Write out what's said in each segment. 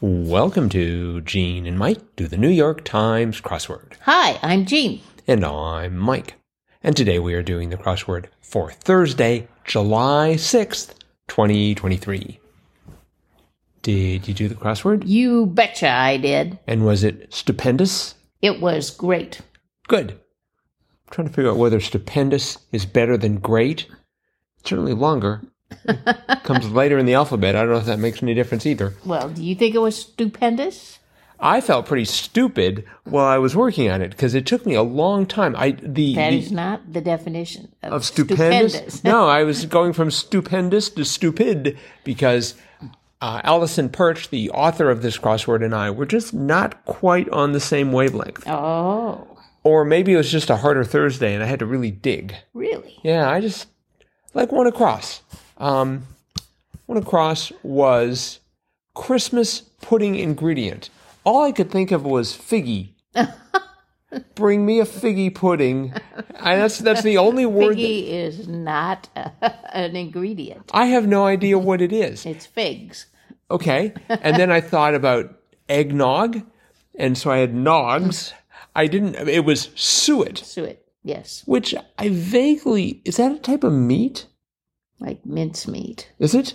Welcome to Gene and Mike do the New York Times crossword. Hi, I'm Jean. And I'm Mike. And today we are doing the crossword for Thursday, July 6th, 2023. Did you do the crossword? You betcha I did. And was it stupendous? It was great. Good. I'm trying to figure out whether stupendous is better than great. It's certainly longer. It comes later in the alphabet. I don't know if that makes any difference either. Well, do you think it was stupendous? I felt pretty stupid while I was working on it because it took me a long time. I the, That the- is not the definition of, of stupendous. stupendous. no, I was going from stupendous to stupid because uh, Allison Perch, the author of this crossword, and I were just not quite on the same wavelength. Oh, Or maybe it was just a harder Thursday, and I had to really dig. really? Yeah, I just like one across. Um, one across was Christmas pudding ingredient. All I could think of was figgy. Bring me a figgy pudding. And that's that's the only word. that- Figgy is not a, an ingredient. I have no idea what it is. It's figs. Okay, and then I thought about eggnog, and so I had nogs. I didn't. It was suet, Suet. Yes, which I vaguely is that a type of meat? like mincemeat. Is it?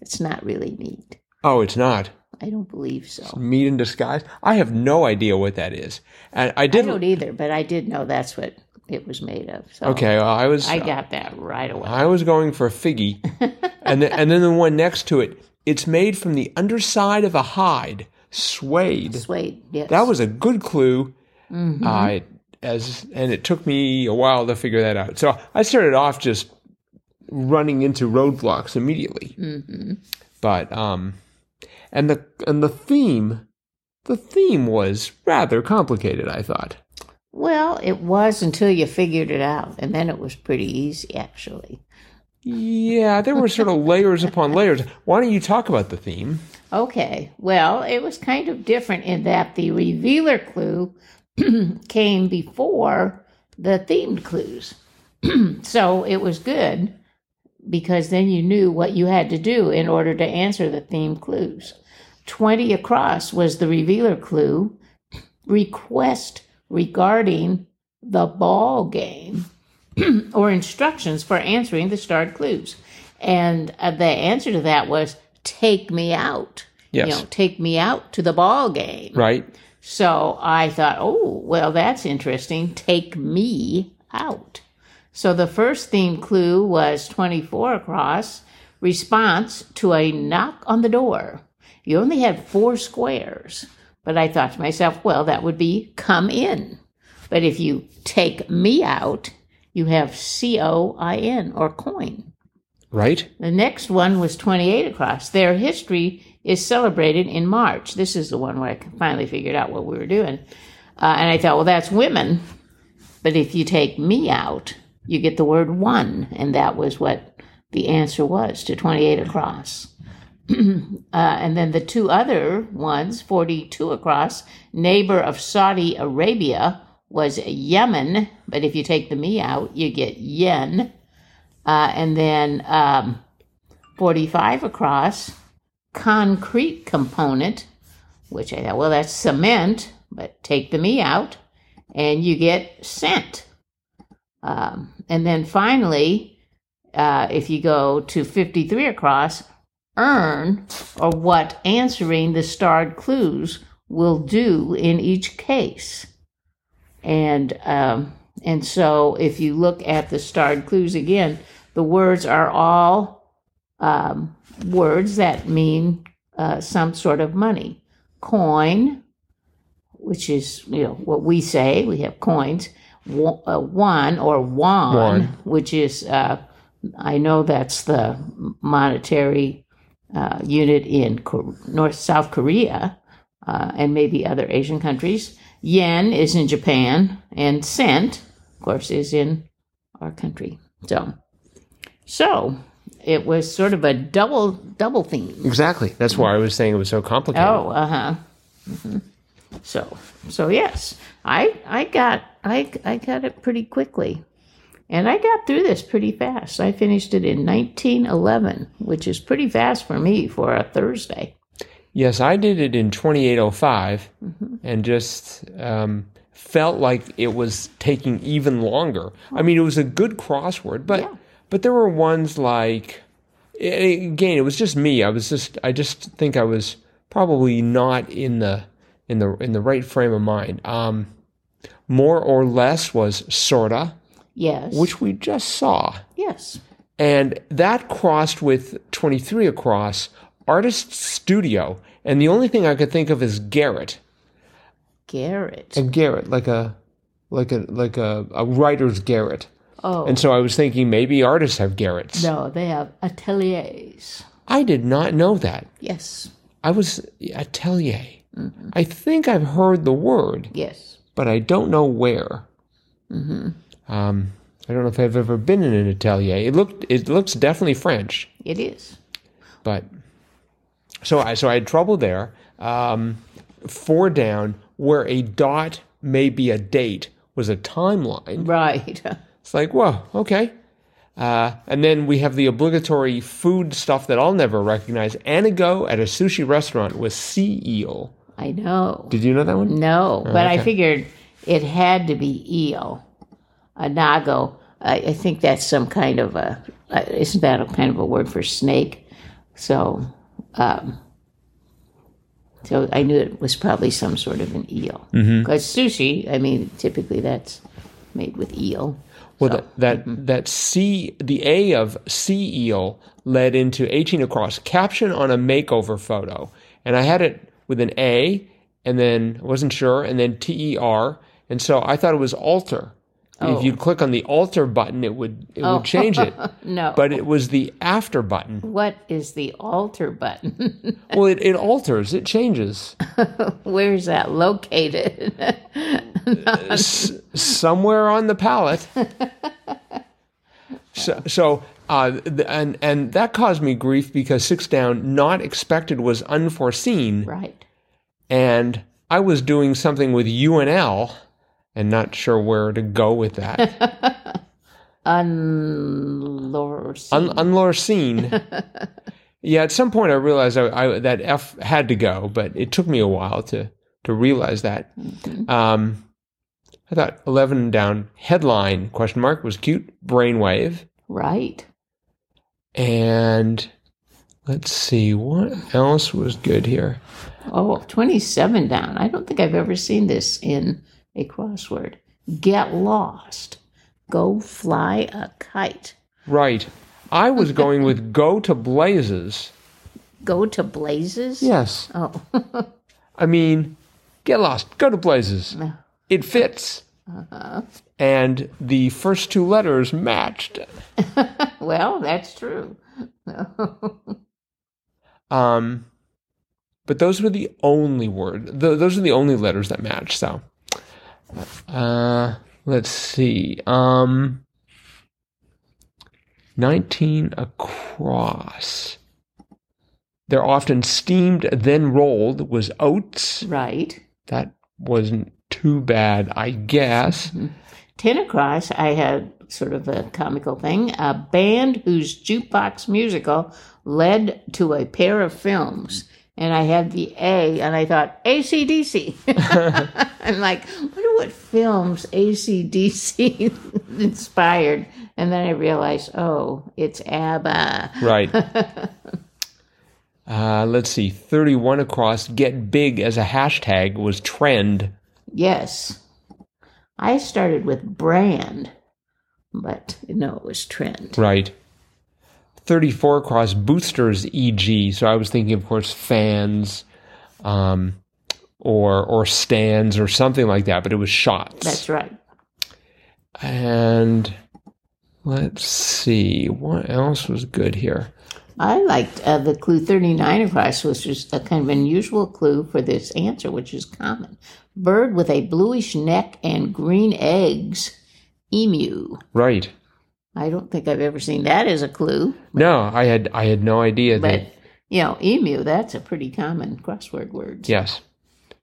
It's not really meat. Oh, it's not. I don't believe so. meat in disguise. I have no idea what that is, and I I did. don't either, but I did know that's what it was made of. So okay, well, I was I I, got that right away. was going for figgy, and then, and then the one next to it. It's made from the underside of a hide, suede. Suede. Yes. That was a good clue. Mm-hmm. I as and it took me a while to figure that out. So I started off just running into roadblocks immediately. Mm-hmm. But um, and the and the theme, the theme was rather complicated. I thought. Well, it was until you figured it out, and then it was pretty easy, actually. Yeah, there were sort of layers upon layers. Why don't you talk about the theme? Okay, well, it was kind of different in that the revealer clue came before the themed clues. so it was good because then you knew what you had to do in order to answer the themed clues. 20 across was the revealer clue request regarding the ball game or instructions for answering the starred clues. And uh, the answer to that was take me out. Yes. You know, take me out to the ball game. Right? So I thought, oh, well, that's interesting. Take me out. So the first theme clue was 24 across response to a knock on the door. You only had four squares. But I thought to myself, well, that would be come in. But if you take me out, you have C O I N or coin. Right? The next one was 28 across. Their history is celebrated in March. This is the one where I finally figured out what we were doing. Uh, and I thought, well, that's women. But if you take me out, you get the word one. And that was what the answer was to 28 across. Uh, and then the two other ones, 42 across, neighbor of Saudi Arabia was Yemen. But if you take the me out, you get yen. Uh, and then um, 45 across, concrete component, which I thought, well, that's cement, but take the me out and you get cent. Um, and then finally, uh, if you go to 53 across, earn or what answering the starred clues will do in each case. And um, and so if you look at the starred clues again, the words are all um, words that mean uh, some sort of money. Coin, which is you know what we say, we have coins. Wa- uh, One or won, Won. which is uh, I know that's the monetary uh, unit in Ko- North South Korea uh, and maybe other Asian countries. Yen is in Japan, and cent, of course, is in our country. So, so it was sort of a double double theme. Exactly. That's why I was saying it was so complicated. Oh, uh huh. hmm So, so yes, I I got I I got it pretty quickly, and I got through this pretty fast. I finished it in 1911, which is pretty fast for me for a Thursday. Yes, I did it in 2805 Mm-hmm. and just um, felt like it was taking even longer. I mean, it was a good crossword, but Yeah. but there were ones like a- again, it was just me. I was just I just think I was probably not in the in the in the right frame of mind. Um, more or less was sorta, Yes. which we just saw. Yes. And that crossed with 23 across Artist Studio. And the only thing I could think of is Garrett. Garrett. A Garrett, like a like a like a, a writer's Garrett. Oh. And so I was thinking maybe artists have Garretts. No, they have ateliers. I did not know that. Yes. I was atelier. I think I've heard the word, Yes. but I don't know where. Mm-hmm. Um, I don't know if I've ever been in an atelier. It looked it looks definitely French. It is. but so I so I had trouble there. Um, four down, where a dot may be a date was a timeline. Right. It's like whoa, okay. Uh, and then we have the obligatory food stuff that I'll never recognize. Anago at a sushi restaurant was sea eel. I know. Did you know that one? No, but I okay. figured it had to be eel. A nago. I, I think that's some kind of a. Uh, isn't that a kind of a word for snake? So, um, so I knew it was probably some sort of an eel. Because Mm-hmm. sushi, I mean, typically that's made with eel. Well, that that, that sea the A of sea eel led into eighteen across caption on a makeover photo, and I had it with an A, and then I wasn't sure, and then T E R, and so I thought it was alter. And If you click on the alter button, it would it would change it, No. but it was the after button. what is the alter button? Well, it, it alters, it changes Where is that located? somewhere on the palette. So, so uh, th- and and that caused me grief because six down, not expected was unforeseen, right. and I was doing something with UNL, and not sure where to go with that. Unlorse. Un- unforeseen. yeah, at some point I realized I, I, that F had to go, but it took me a while to to realize that. Um, I thought eleven down headline question mark was cute brainwave. right. And let's see, what else was good here? Oh, 27 down. I don't think I've ever seen this in a crossword. Get lost. Go fly a kite. Right. I was going with go to blazes. Go to blazes? Yes. Oh, I mean, get lost, go to blazes. It fits. And the first two letters matched. well, that's true. Um, but those were the only word. Th- those are the only letters that match. So, uh, let's see. Um, nineteen across. They're often steamed then rolled. Was oats Right. that wasn't too bad, I guess. 10 across, I had sort of a comical thing. A band whose jukebox musical led to a pair of films. And I had the A, and I thought, ACDC. I'm like, wonder what films ACDC inspired. And then I realized, oh, it's ABBA. Right. Uh, let's see. Thirty-one across. Get big as a hashtag was trend. Yes. I started with brand, but no, it was trend. Right. 34 across boosters EG. So I was thinking of course fans um or or stands or something like that, but it was shots. That's right. and let's see what else was good here. I liked uh, the clue 39 across, which was a kind of unusual clue for this answer, which is common. Bird with a bluish neck and green eggs, emu. Right. I don't think I've ever seen that as a clue, No, I had I had no idea but that you know, emu, that's a pretty common crossword word. yes.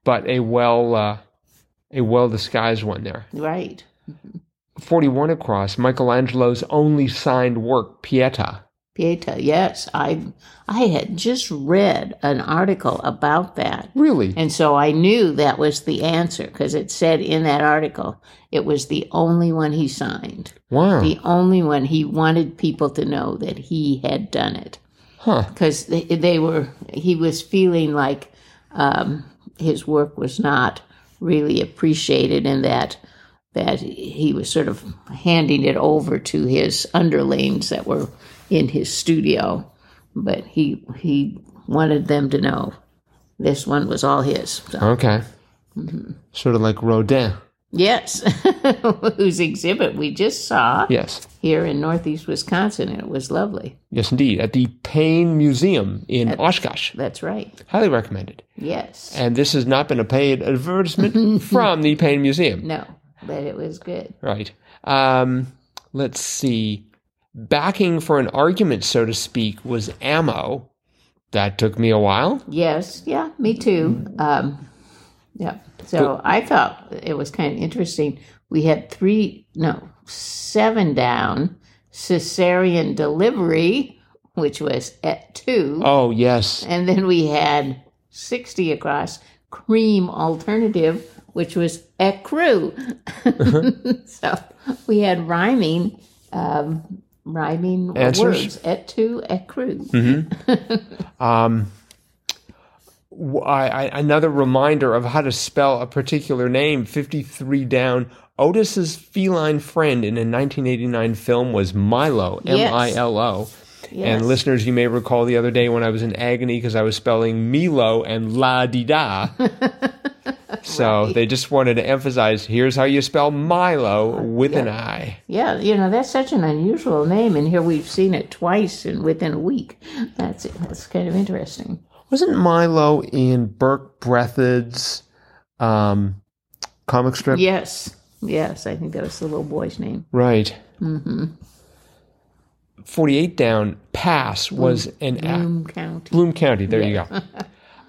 But a well uh a well disguised one there. Right. 41 across Michelangelo's only signed work Pieta. Gaeta. Yes, I I had just read an article about that. Really? And so I knew that was the answer because it said in that article it was the only one he signed. Wow. The only one he wanted people to know that he had done it. Huh. Because they, they were, he was feeling like um, his work was not really appreciated and that that he was sort of handing it over to his underlings that were in his studio but he he wanted them to know this one was all his So- Okay. Mm-hmm. Sort of like Rodin. yes whose exhibit we just saw Yes. here in northeast wisconsin and it was lovely Yes, indeed. At the Payne Museum in Oshkosh. that's right Highly recommended. yes And this has not been a paid advertisement from the Payne Museum. no but it was good Right. Um, let's see. Backing for an argument, so to speak, was ammo. That took me a while. Yes, yeah, me too. Um, yeah, so I thought it was kind of interesting. We had three, no, seven down, cesarean delivery, which was at two, Oh, yes. and then we had 60 across, cream alternative, which was at crew. so we had rhyming. Um, Rhyming Answers? Mm-hmm. words et tu et crew. W- I- I- another reminder of how to spell a particular name 53 down. Otis's feline friend in a 1989 film was Milo, M Yes. I L O. Yes. And listeners, you may recall the other day when I was in agony because I was spelling Milo and La Di Da. so they just wanted to emphasize here's how you spell Milo with an I. Yeah, you know, that's such an unusual name, and here we've seen it twice in within a week. That's that's kind of interesting. Wasn't Milo in Burke Breathitt's um, comic strip? Yes, yes, I think that was the little boy's name. Right. Mm-hmm. 48 down, pass was an act. Bloom County. Bloom County, there you go.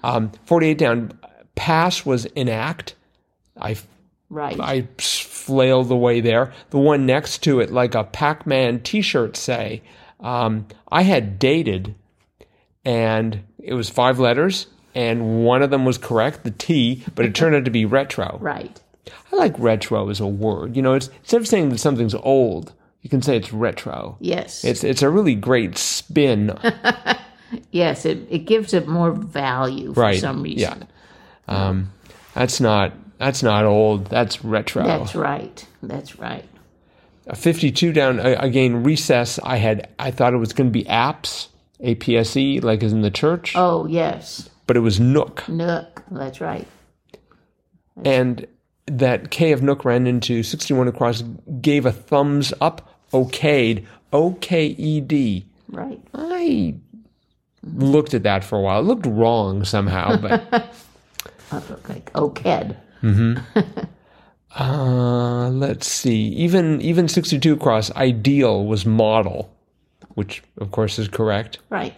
Um, 48 down, pass was an act. I, Right. I flailed the way there. The one next to it, like a Pac Man t shirt, say, um, I had dated, and it was five letters. And one of them was correct, the T, but it turned out to be retro. Right. I like retro as a word. You know, it's instead of saying that something's old, you can say it's retro. Yes. It's it's a really great spin. yes, it, it gives it more value for Right, some reason. yeah. That's not that's not old. That's retro. That's right. That's right. A Fifty-two down a- again. Recess. I had I thought it was going to be apps, A P S E, like as in the church, Oh, yes. but it was Nook. Nook. That's right. And that K of Nook ran into sixty-one across. Gave a thumbs up. Okayed. O K E D. Right. I looked at that for a while. It looked wrong somehow, but Like oh, Oked. uh, let's see. Even even 62 cross ideal was model, which of course is correct. Right.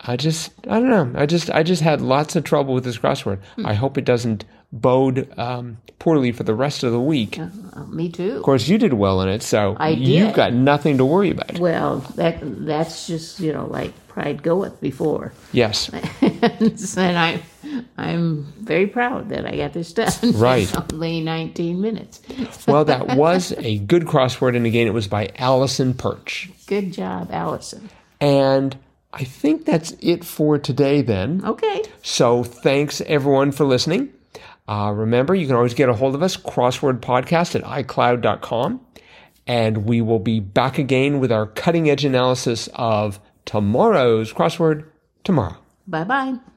I just I don't know. I just I just had lots of trouble with this crossword. Hmm. I hope it doesn't bode um, poorly for the rest of the week. Of Uh, me too. course, you did well in it, so I you've did. got nothing to worry about. Well, that that's just you know like pride goeth before. Yes, and I, I'm very proud that I got this done. Right. In only 19 minutes. well, that was a good crossword, and again, it was by Allison Perch. Good job, Allison. And I think that's it for today then. Okay. So thanks everyone for listening. Uh, remember, you can always get a hold of us, crosswordpodcast at iCloud.com. And we will be back again with our cutting edge analysis of tomorrow's crossword tomorrow. Bye bye.